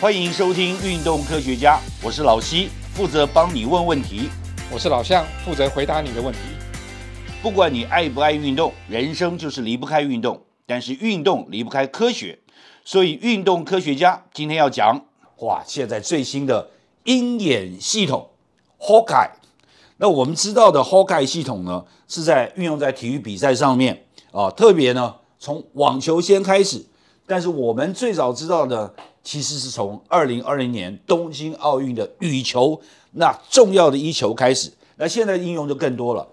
欢迎收听《运动科学家》，我是老西，负责帮你问问题。我是老向，负责回答你的问题。不管你爱不爱运动，人生就是离不开运动，但是运动离不开科学，所以运动科学家今天要讲，哇，现在最新的鹰眼系统 Hawkeye。那我们知道的 Hawkeye 系统呢，是在运用在体育比赛上面啊，特别呢从网球先开始，但是我们最早知道的其实是从二零二零年东京奥运的羽球那重要的一球开始，那现在应用就更多了。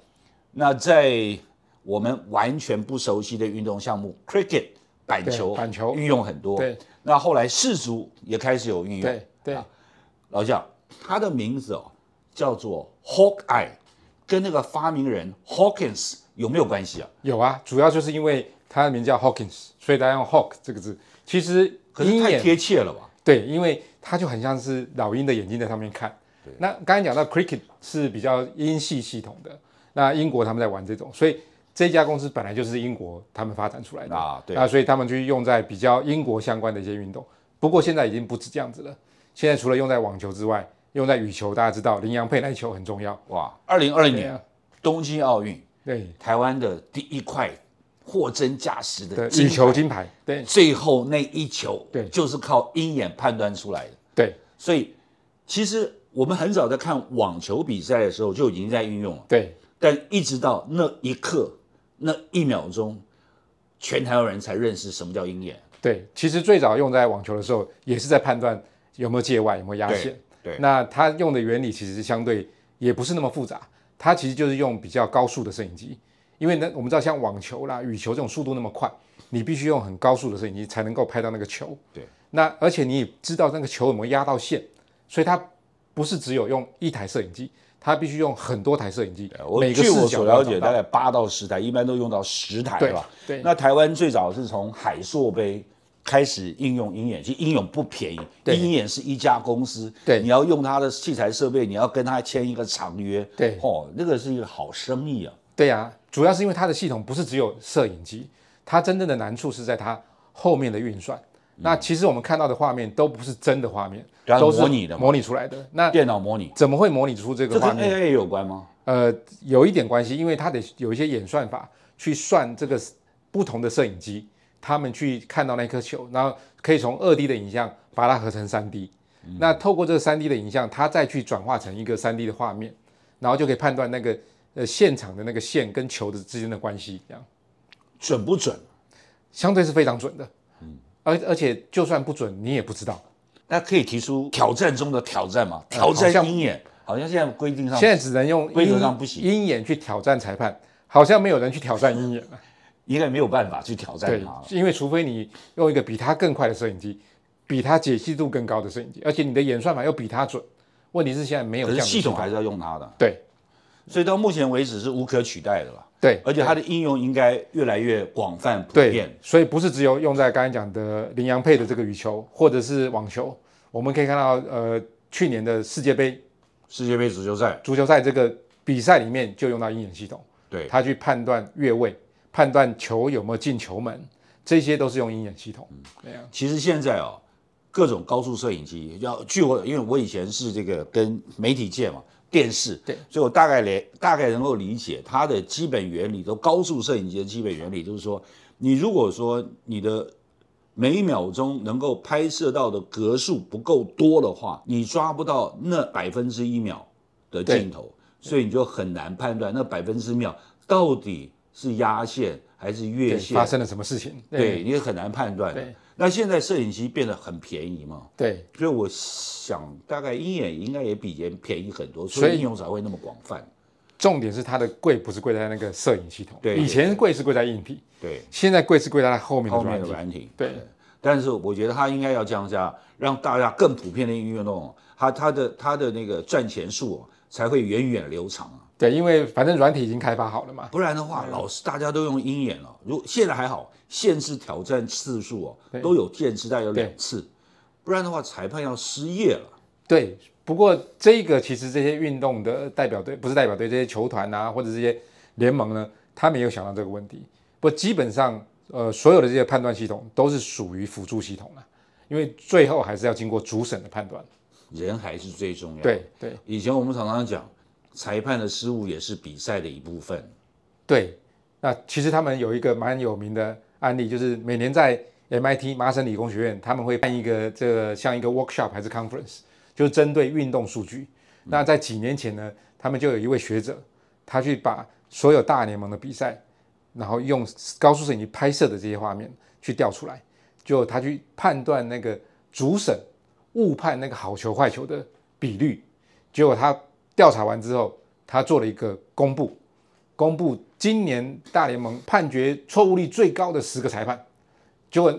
那在我们完全不熟悉的运动项目 cricket 板球，对板球运用很多。对，那后来世足也开始有运用。对对老蒋，他的名字哦叫做 Hawkeye，跟那个发明人 Hawkins 有没有关系啊？有啊，主要就是因为他的名叫 Hawkins，所以大家用 Hawk 这个字。其实可是鹰太眼贴切了吧？对，因为它就很像是老鹰的眼睛在上面看。那刚才讲到 cricket 是比较英系系统的，那英国他们在玩这种，所以这家公司本来就是英国他们发展出来的啊对那所以他们去用在比较英国相关的一些运动。不过现在已经不止这样子了，现在除了用在网球之外，用在羽球，大家知道羚羊配篮球很重要。哇，二零二零对年啊东京奥运，对，台湾的第一块货真价实的对，金羽牌球金牌，对最后那一球，对就是靠鹰眼判断出来的。对所以其实我们很早在看网球比赛的时候就已经在运用了，对但一直到那一刻、那一秒钟，全台湾人才认识什么叫鹰眼。对。其实最早用在网球的时候，也是在判断有没有界外，有没有压线。对对那它用的原理其实相对也不是那么复杂，它其实就是用比较高速的摄影机，因为呢，我们知道像网球啦、羽球这种速度那么快，你必须用很高速的摄影机才能够拍到那个球。对。那而且你也知道那个球有没有压到线，所以它不是只有用一台摄影机，它必须用很多台摄影机，我每个据视我角所都要了解，找到大概八到十台，一般都用到十台对吧。对那台湾最早是从海硕杯开始应用鹰眼，其实鹰眼不便宜，对鹰眼是一家公司，对你要用它的器材设备，你要跟它签一个长约，对哦，那个是一个好生意啊。对呀、主要是因为它的系统不是只有摄影机，它真正的难处是在它后面的运算。那其实我们看到的画面都不是真的画面，对啊都嗯是模拟的嘛模拟出来的。那电脑模拟，怎么会模拟出这这个跟画面？ AI 有关吗？呃，有一点关系，因为它得有一些演算法去算这个不同的摄影机，他们去看到那颗球，然后可以从二 D 的影像把它合成三 D、那透过这个三 D 的影像，它再去转化成一个三 D 的画面，然后就可以判断那个呃现场的那个线跟球的之间的关系，这样准不准？相对是非常准的。而而且就算不准，你也不知道。那可以提出挑战中的挑战吗？挑嗯好战像鹰眼，好像现在规定上现在只能用规则鹰上不行鹰眼去挑战裁判，好像没有人去挑战鹰眼了。应该没有办法去挑战对它了，。因为除非你用一个比它更快的摄影机，比它解析度更高的摄影机，而且你的演算法又比它准。问题是现在没有可是这样的系统啊法还是要用它的，对所以到目前为止是无可取代的了。对而且它的应用应该越来越广泛普遍对，。所以不是只有用在刚才讲的羚羊配的这个羽球或者是网球，我们可以看到呃去年的世界杯世界杯足球赛，足球赛这个比赛里面就用到鹰眼系统，对，它去判断越位、判断球有没有进球门，这些都是用鹰眼系嗯统。对啊其实现在哦，各种高速摄影机，要据我，因为我以前是这个跟媒体界嘛，电视，对，所以我大概理大概能够理解它的基本原理。都高速摄影机的基本原理就是说，你如果说你的每秒钟能够拍摄到的格数不够多的话，你抓不到那百分之一秒的镜头，所以你就很难判断那百分之秒到底是压线还是越对，线发生了什么事情？对，你也很难判断的对。那现在摄影机变得很便宜嘛，对，所以我想大概鹰眼应该也比以前便宜很多，所以所以应用才会那么广泛。重点是它的贵不是贵在那个摄影系统，对以前贵是贵在硬体，对，现在贵是贵在它后面的后面软的体。软体。对，但是我觉得它应该要降价，啊让大家更普遍的运用，它它的它的那个赚钱数哦才会源远流长啊。对，因为反正软体已经开发好了嘛。不然的话，老是大家都用鹰眼了。如现在还好，限制挑战次数哦，都有限制，大概有两次。不然的话，裁判要失业了。对，不过这个其实这些运动的代表队不是代表队，这些球团啊或者这些联盟呢，他没有想到这个问题。不，基本上呃所有的这些判断系统都是属于辅助系统啦、因因为最后还是要经过主审的判断。人还是最重要。，对对以前我们常常讲，裁判的失误也是比赛的一部分。对，那其实他们有一个蛮有名的案例，就是每年在 MIT 麻省理工学院，他们会办一个这个像一个 workshop 还是 conference，就是针对运动数据。那在几年前呢，他们就有一位学者，他去把所有大联盟的比赛，然后用高速摄影机拍摄的这些画面去调出来，就他去判断那个主审误判那个好球坏球的比率。结果他调查完之后，他做了一个公布，公布今年大联盟判决错误率最高的十个裁判，结果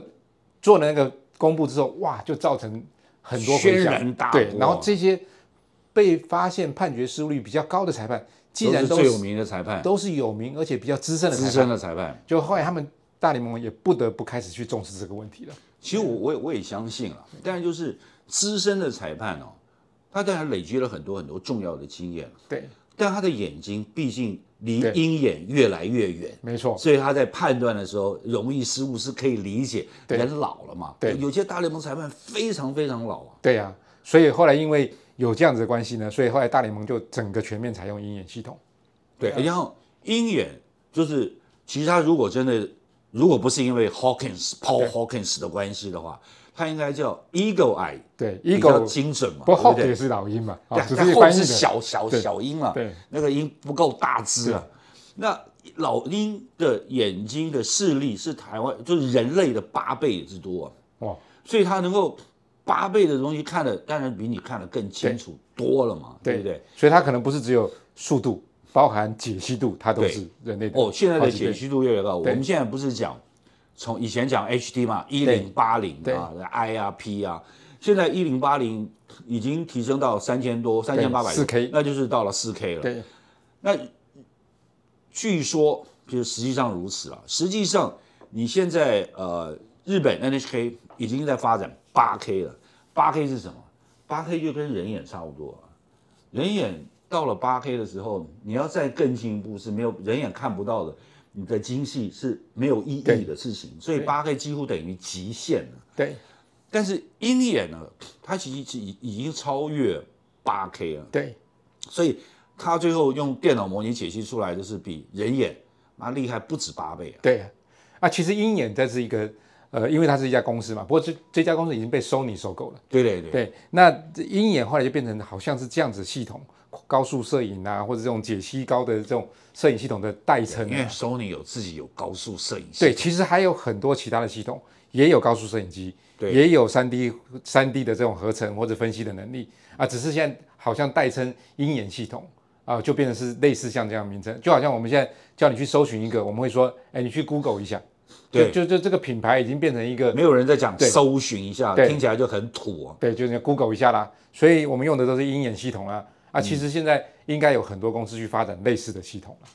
做了那个公布之后，哇，就造成很多回轩响然大波对，然后这些被发现判决失误率比较高的裁判，既然都都是最有是名的裁判，都是有名而且比较资深的资裁判，深的裁判。就后来他们大联盟也不得不开始去重视这个问题了。其实我我也我也相信了，但就是资深的裁判哦，他当然累积了很多很多重要的经验，对，但他的眼睛毕竟离对鹰眼越来越远。没错，所以他在判断的时候容易失误是可以理解，对人老了嘛。对有些大联盟裁判非常非常老啊。对呀、所以后来因为有这样子的关系呢，所以后来大联盟就整个全面采用鹰眼系统。对，啊然后鹰眼就是，其实他如果真的，如果不是因为 Hawkins Paul Hawkins 的关系的话，他应该叫 Eagle Eye，对比较，Eagle，精准嘛，不过对不 Hawk 对也？是老鹰嘛，啊，但只但是 Hawk 翻译是的小小对小鹰嘛，啊对，那个鹰不够大只啊。那老鹰的眼睛的视力是台湾就是人类的八倍之多啊、哇，所以它能够八倍的东西看的，当然比你看的更清楚多了嘛，对不对？？所以它可能不是只有速度，包含解析度，它都对是人类的。哦，现在好的几倍解析度越来越高。我对们现在不是讲从以前讲 HD 嘛，一零八零啊，I 啊 P 啊，现在一零八零已经提升到三千多，三千八百 4K 那就是到了四 K 了。对那据说，就是实际上如此了。啊实际上，你现在呃，日本 NHK 已经在发展八 K 了。八 K 是什么？八 K 就跟人眼差不多啊。人眼到了八 K 的时候，你要再更进一步是没有人眼看不到的，你的精细是没有意义的事情。所以八 K 几乎等于极限了。对但是鹰眼呢，它其实已已经超越八 K 了。对所以他最后用电脑模拟解析出来，就是比人眼妈厉害不止八倍啊！对啊，其实鹰眼这是一个呃，因为它是一家公司嘛，不过这这家公司已经被 Sony 收购了。对对对，对，那这鹰眼后来就变成好像是这样子的系统，高速摄影啊，或者这种解析高的这种摄影系统的代称、因为啊。 Sony 有自己有高速摄影系对，其实还有很多其他的系统，也有高速摄影机，对也有三 D 三 D 的这种合成或者分析的能力啊，只是现在好像代称鹰眼系统啊，就变成是类似像这样的名称，就好像我们现在叫你去搜寻一个，我们会说，哎，你去 Google 一下，对嗯就就就这个品牌已经变成一个，没有人在讲对搜寻一下，对听起来就很土啊。对，就是你 Google 一下啦，所以我们用的都是鹰眼系统啦，啊，嗯其实现在应该有很多公司去发展类似的系统了，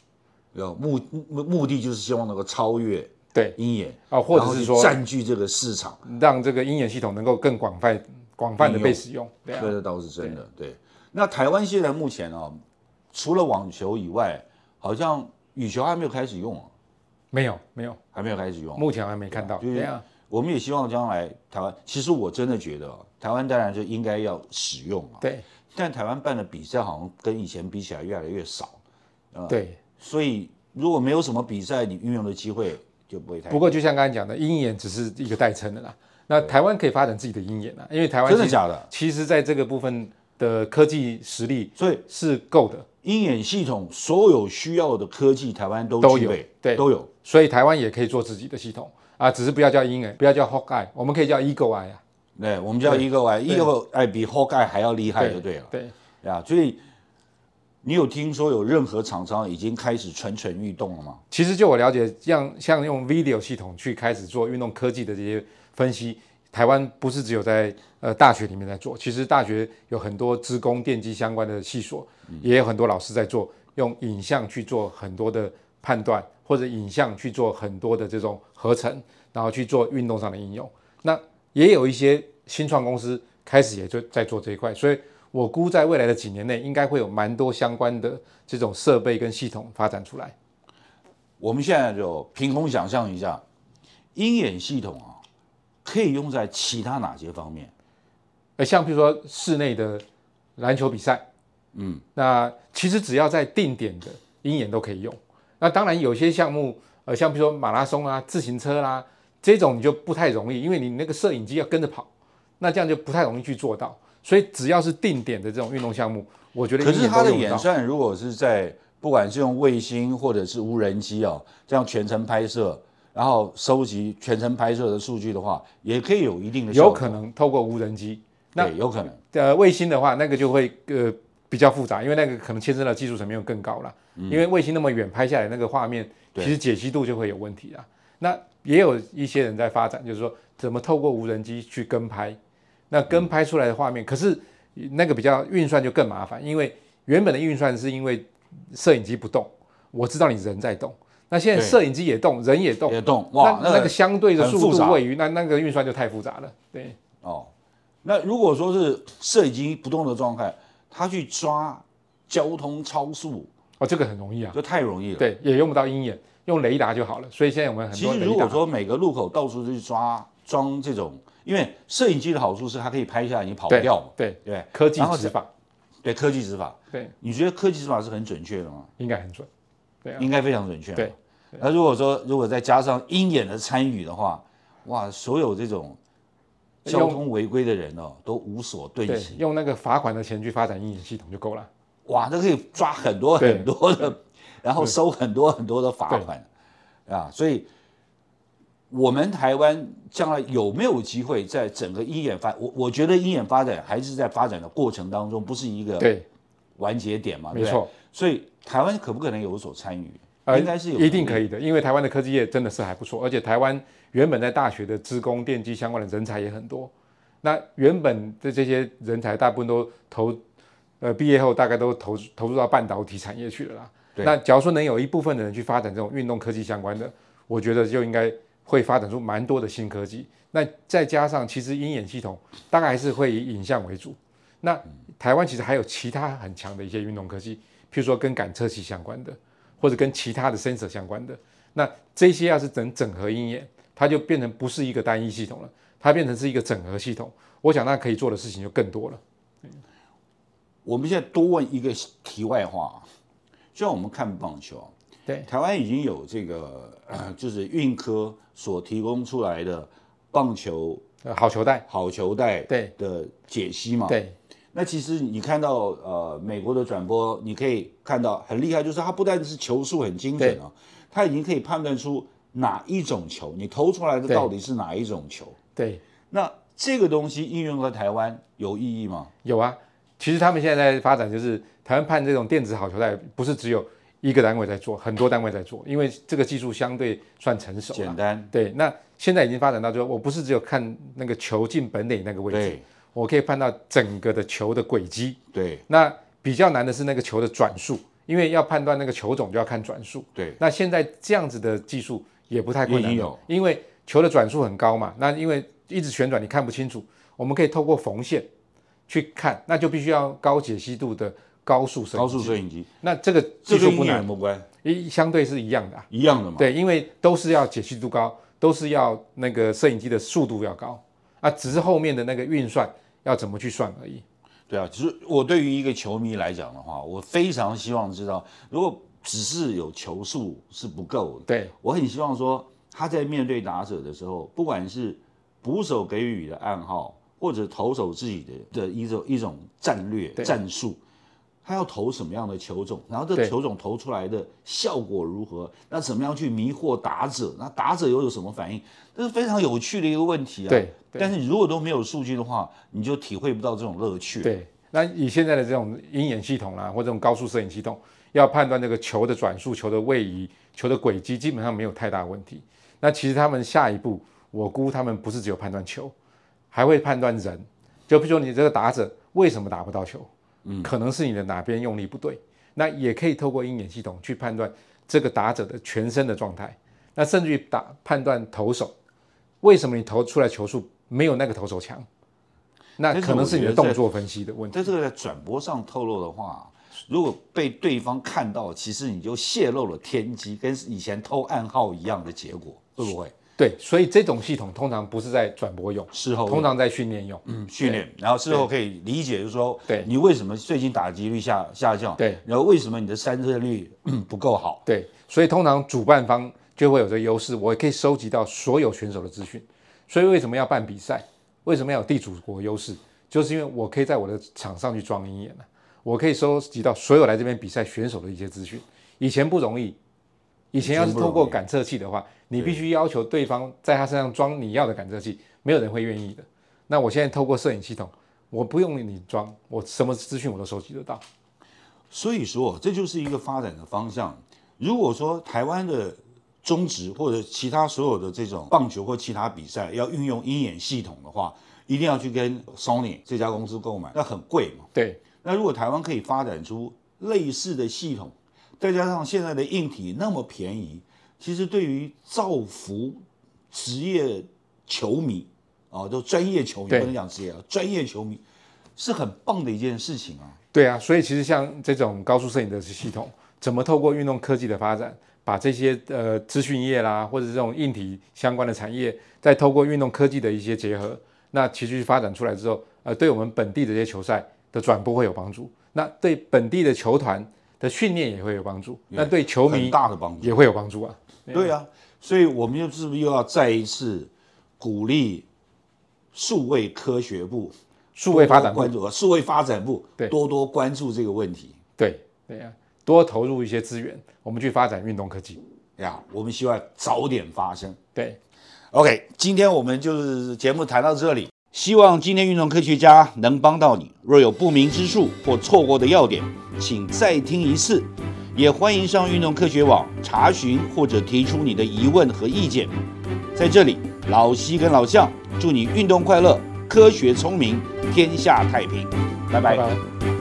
然后目目目的就是希望能够超越对，鹰眼啊或者然后是去说占据这个市场，让这个鹰眼系统能够更广泛广泛的应被用使用，对啊，这个倒是真的。对，那台湾现在目前啊，除了网球以外，好像羽球还没有开始用啊，没有没有。还没有开始用。啊目前还没看到。就是对啊，我们也希望将来台湾，其实我真的觉得哦台湾当然就应该要使用啊，对但台湾办的比赛好像跟以前比起来越来越少，啊对。所以如果没有什么比赛，你运用的机会就不会太不。过就像刚才讲的，鹰眼只是一个代称的啦。那台湾可以发展自己的鹰眼啊，因为台湾真的其实假的？其实在这个部分的科技实力所以是够的，鹰眼系统所有需要的科技，台湾都都具有备，对都有。所以台湾也可以做自己的系统啊，只是不要叫鹰眼，不要叫 Hawk Eye，我们可以叫 Eagle Eye 啊。对，我们叫 Eagle Eye，Eagle Eye 比 Hawkeye 还要厉害就对了，对对啊。所以你有听说有任何厂商已经开始蠢蠢欲动了吗？其实就我了解，像像用 video 系统去开始做运动科技的这些分析，台湾不是只有在呃大学里面在做，其实大学有很多职工电机相关的系所，也有很多老师在做，用影像去做很多的判断，或者影像去做很多的这种合成，然后去做运动上的应用。那也有一些新创公司开始也就在做这一块，所以我估在未来的几年内，应该会有蛮多相关的这种设备跟系统发展出来。我们现在就凭空想象一下，鹰眼系统啊，可以用在其他哪些方面？呃，像比如说室内的篮球比赛，嗯，那其实只要在定点的鹰眼都可以用。那当然有些项目，呃，像比如说马拉松啊、自行车啦、这种，你就不太容易，因为你那个摄影机要跟着跑，那这样就不太容易去做到。所以只要是定点的这种运动项目，我觉得可鹰是眼它都的用得演到算如果是在不管是用卫星或者是无人机哦，这样全程拍摄，然后收集全程拍摄的数据的话，也可以有一定的效有果可能透过无人机。那对，有可能。呃，卫星的话，那个就会呃比较复杂，因为那个可能牵涉到技术层面又更高了。嗯因为卫星那么远拍下来，那个画面其实解析度就会有问题啊。那也有一些人在发展，就是说怎么透过无人机去跟拍，那跟拍出来的嗯画面，可是那个比较运算就更麻烦，因为原本的运算是因为摄影机不动，我知道你人在动，那现在对摄影机也动，人也动，也动哇，那那那个相对的很速复度杂位于那那个运算就太复杂了，对。哦，那如果说是摄影机不动的状态，他去抓交通超速，哦，这个很容易啊，就太容易了。对，也用不到鹰眼，用雷达就好了。所以现在我们很其多实雷达，如果说每个路口到处去抓装这种，因为摄影机的好处是它可以拍下来你跑不对掉嘛，对对科技然后执法，对科技执法，对，你觉得科技执法是很准确的吗？应该很准。对啊应该非常准确。对，那如果说如果再加上鹰眼的参与的话，哇，所有这种交用通违规的人哦，都无所遁对形，。用那个罚款的钱去发展鹰眼系统就够了。哇，那可以抓很多对很多的，然后收很多很多的罚款，啊，所以我们台湾将来有没有机会在整个鹰眼发，我我觉得鹰眼发展还是在发展的过程当中，不是一个对，完结点嘛，对不没对？错，呃所以台湾可不可能有所参与？应该是有，一定可以的，因为台湾的科技业真的是还不错，而且台湾原本在大学的职工、电机相关的人才也很多。那原本的这些人才大部分都投，呃，毕业后大概都投投入到半导体产业去了啦。对那假如说能有一部分的人去发展这种运动科技相关的，我觉得就应该会发展出蛮多的新科技。那再加上其实鹰眼系统大概还是会以影像为主。那嗯台湾其实还有其他很强的一些运动科技，譬如说跟感测器相关的，或者跟其他的 sensor 相关的。那这些要是整整合鹰眼，它就变成不是一个单一系统了，它变成是一个整合系统。我想那可以做的事情就更多了。我们现在多问一个题外话啊，就像我们看棒球啊，对台湾已经有这个、呃就是运科所提供出来的棒球呃，好球带，好球带对的解析嘛。对那其实你看到呃美国的转播，你可以看到很厉害，就是它不但是球速很精准啊，它已经可以判断出哪一种球，你投出来的对到底是哪一种球。对，那这个东西应用在台湾有意义吗？有啊。其实他们现在在发展，就是台湾判这种电子好球带，不是只有一个单位在做，很多单位在做，因为这个技术相对算成熟简了。单，对，那现在已经发展到就是，我不是只有看那个球进本垒那个位置，对我可以判到整个的球的轨迹。对那比较难的是那个球的转速，因为要判断那个球种就要看转速。对，那现在这样子的技术也不太困已难经了有，因为球的转速很高嘛。那因为一直旋转，你看不清楚，我们可以透过缝线去看，那就必须要高解析度的高速摄高影。速摄影机，那这个技这术跟不鹰眼有难，没有关？一相对是一样的啊。一样的嘛。对，因为都是要解析度高，都是要那个摄影机的速度要高啊，只是后面的那个运算要怎么去算而已。对啊，其实我对于一个球迷来讲的话，我非常希望知道，如果只是有球速是不够的，对我很希望说他在面对打者的时候，不管是捕手给予的暗号，或者投手自己的的一种一种战略对战术。他要投什么样的球种，然后这对球种投出来的效果如何？那怎么样去迷惑打者？那打者又有什么反应？这是非常有趣的一个问题啊。对对但是你如果都没有数据的话，你就体会不到这种乐趣。对，那以现在的这种鹰眼系统啦、啊或这种高速摄影系统，要判断这个球的转速、球的位移、球的轨迹，基本上没有太大问题。那其实他们下一步，我估他们不是只有判断球，还会判断人。就比如说你这个打者为什么打不到球，嗯，可能是你的哪边用力不对。那也可以透过鹰眼系统去判断这个打者的全身的状态，那甚至于打判断投手为什么你投出来球速没有那个投手强，那但是可能我是你觉的得在动作分析的问题。在这个在转播上透露的话，如果被对方看到，其实你就泄露了天机，跟以前偷暗号一样的结果，会不会？对，所以这种系统通常不是在转播用，事后通常在训练用。嗯训练，然后事后可以理解，就是说，对你为什么最近打击率下下降？对，然后为什么你的三振率 嗯不够好？对，所以通常主办方就会有这个优势，我也可以收集到所有选手的资讯。所以为什么要办比赛？为什么要有地主国优势？就是因为我可以在我的场上去装鹰眼啊，我可以收集到所有来这边比赛选手的一些资讯。以前不容易，以前要是透过感测器的话，你必须要求对方在他身上装你要的感测器，没有人会愿意的。那我现在透过摄影系统，我不用你装，我什么资讯我都收集得到。所以说，这就是一个发展的方向。如果说台湾的中职或者其他所有的这种棒球或其他比赛要运用鹰眼系统的话，一定要去跟 Sony 这家公司购买，那很贵嘛。对，那如果台湾可以发展出类似的系统，再加上现在的硬体那么便宜，其实对于造福职业球迷啊，都专业球迷对不能讲职业啊，专业球迷是很棒的一件事情啊。对啊，所以其实像这种高速摄影的系统，怎么透过运动科技的发展，把这些呃资讯业啦，或者这种硬体相关的产业，再透过运动科技的一些结合，那其实发展出来之后，呃，对我们本地的这些球赛的转播会有帮助，那对本地的球团的训练也会有帮助，那对球很迷大的帮助。也会有帮助啊。对啊，所以我们又是不是又要再一次鼓励数位科学部、数位发展多多关注数位发展部对多多关注这个问题对对啊，多投入一些资源，我们去发展运动科技。呀？我们希望早点发生。对， OK，今天我们就是节目谈到这里，希望今天运动科学家能帮到你。若有不明之处或错过的要点，请再听一次。也欢迎上运动科学网查询或者提出你的疑问和意见。在这里，老西跟老向祝你运动快乐，科学聪明，天下太平。拜拜拜拜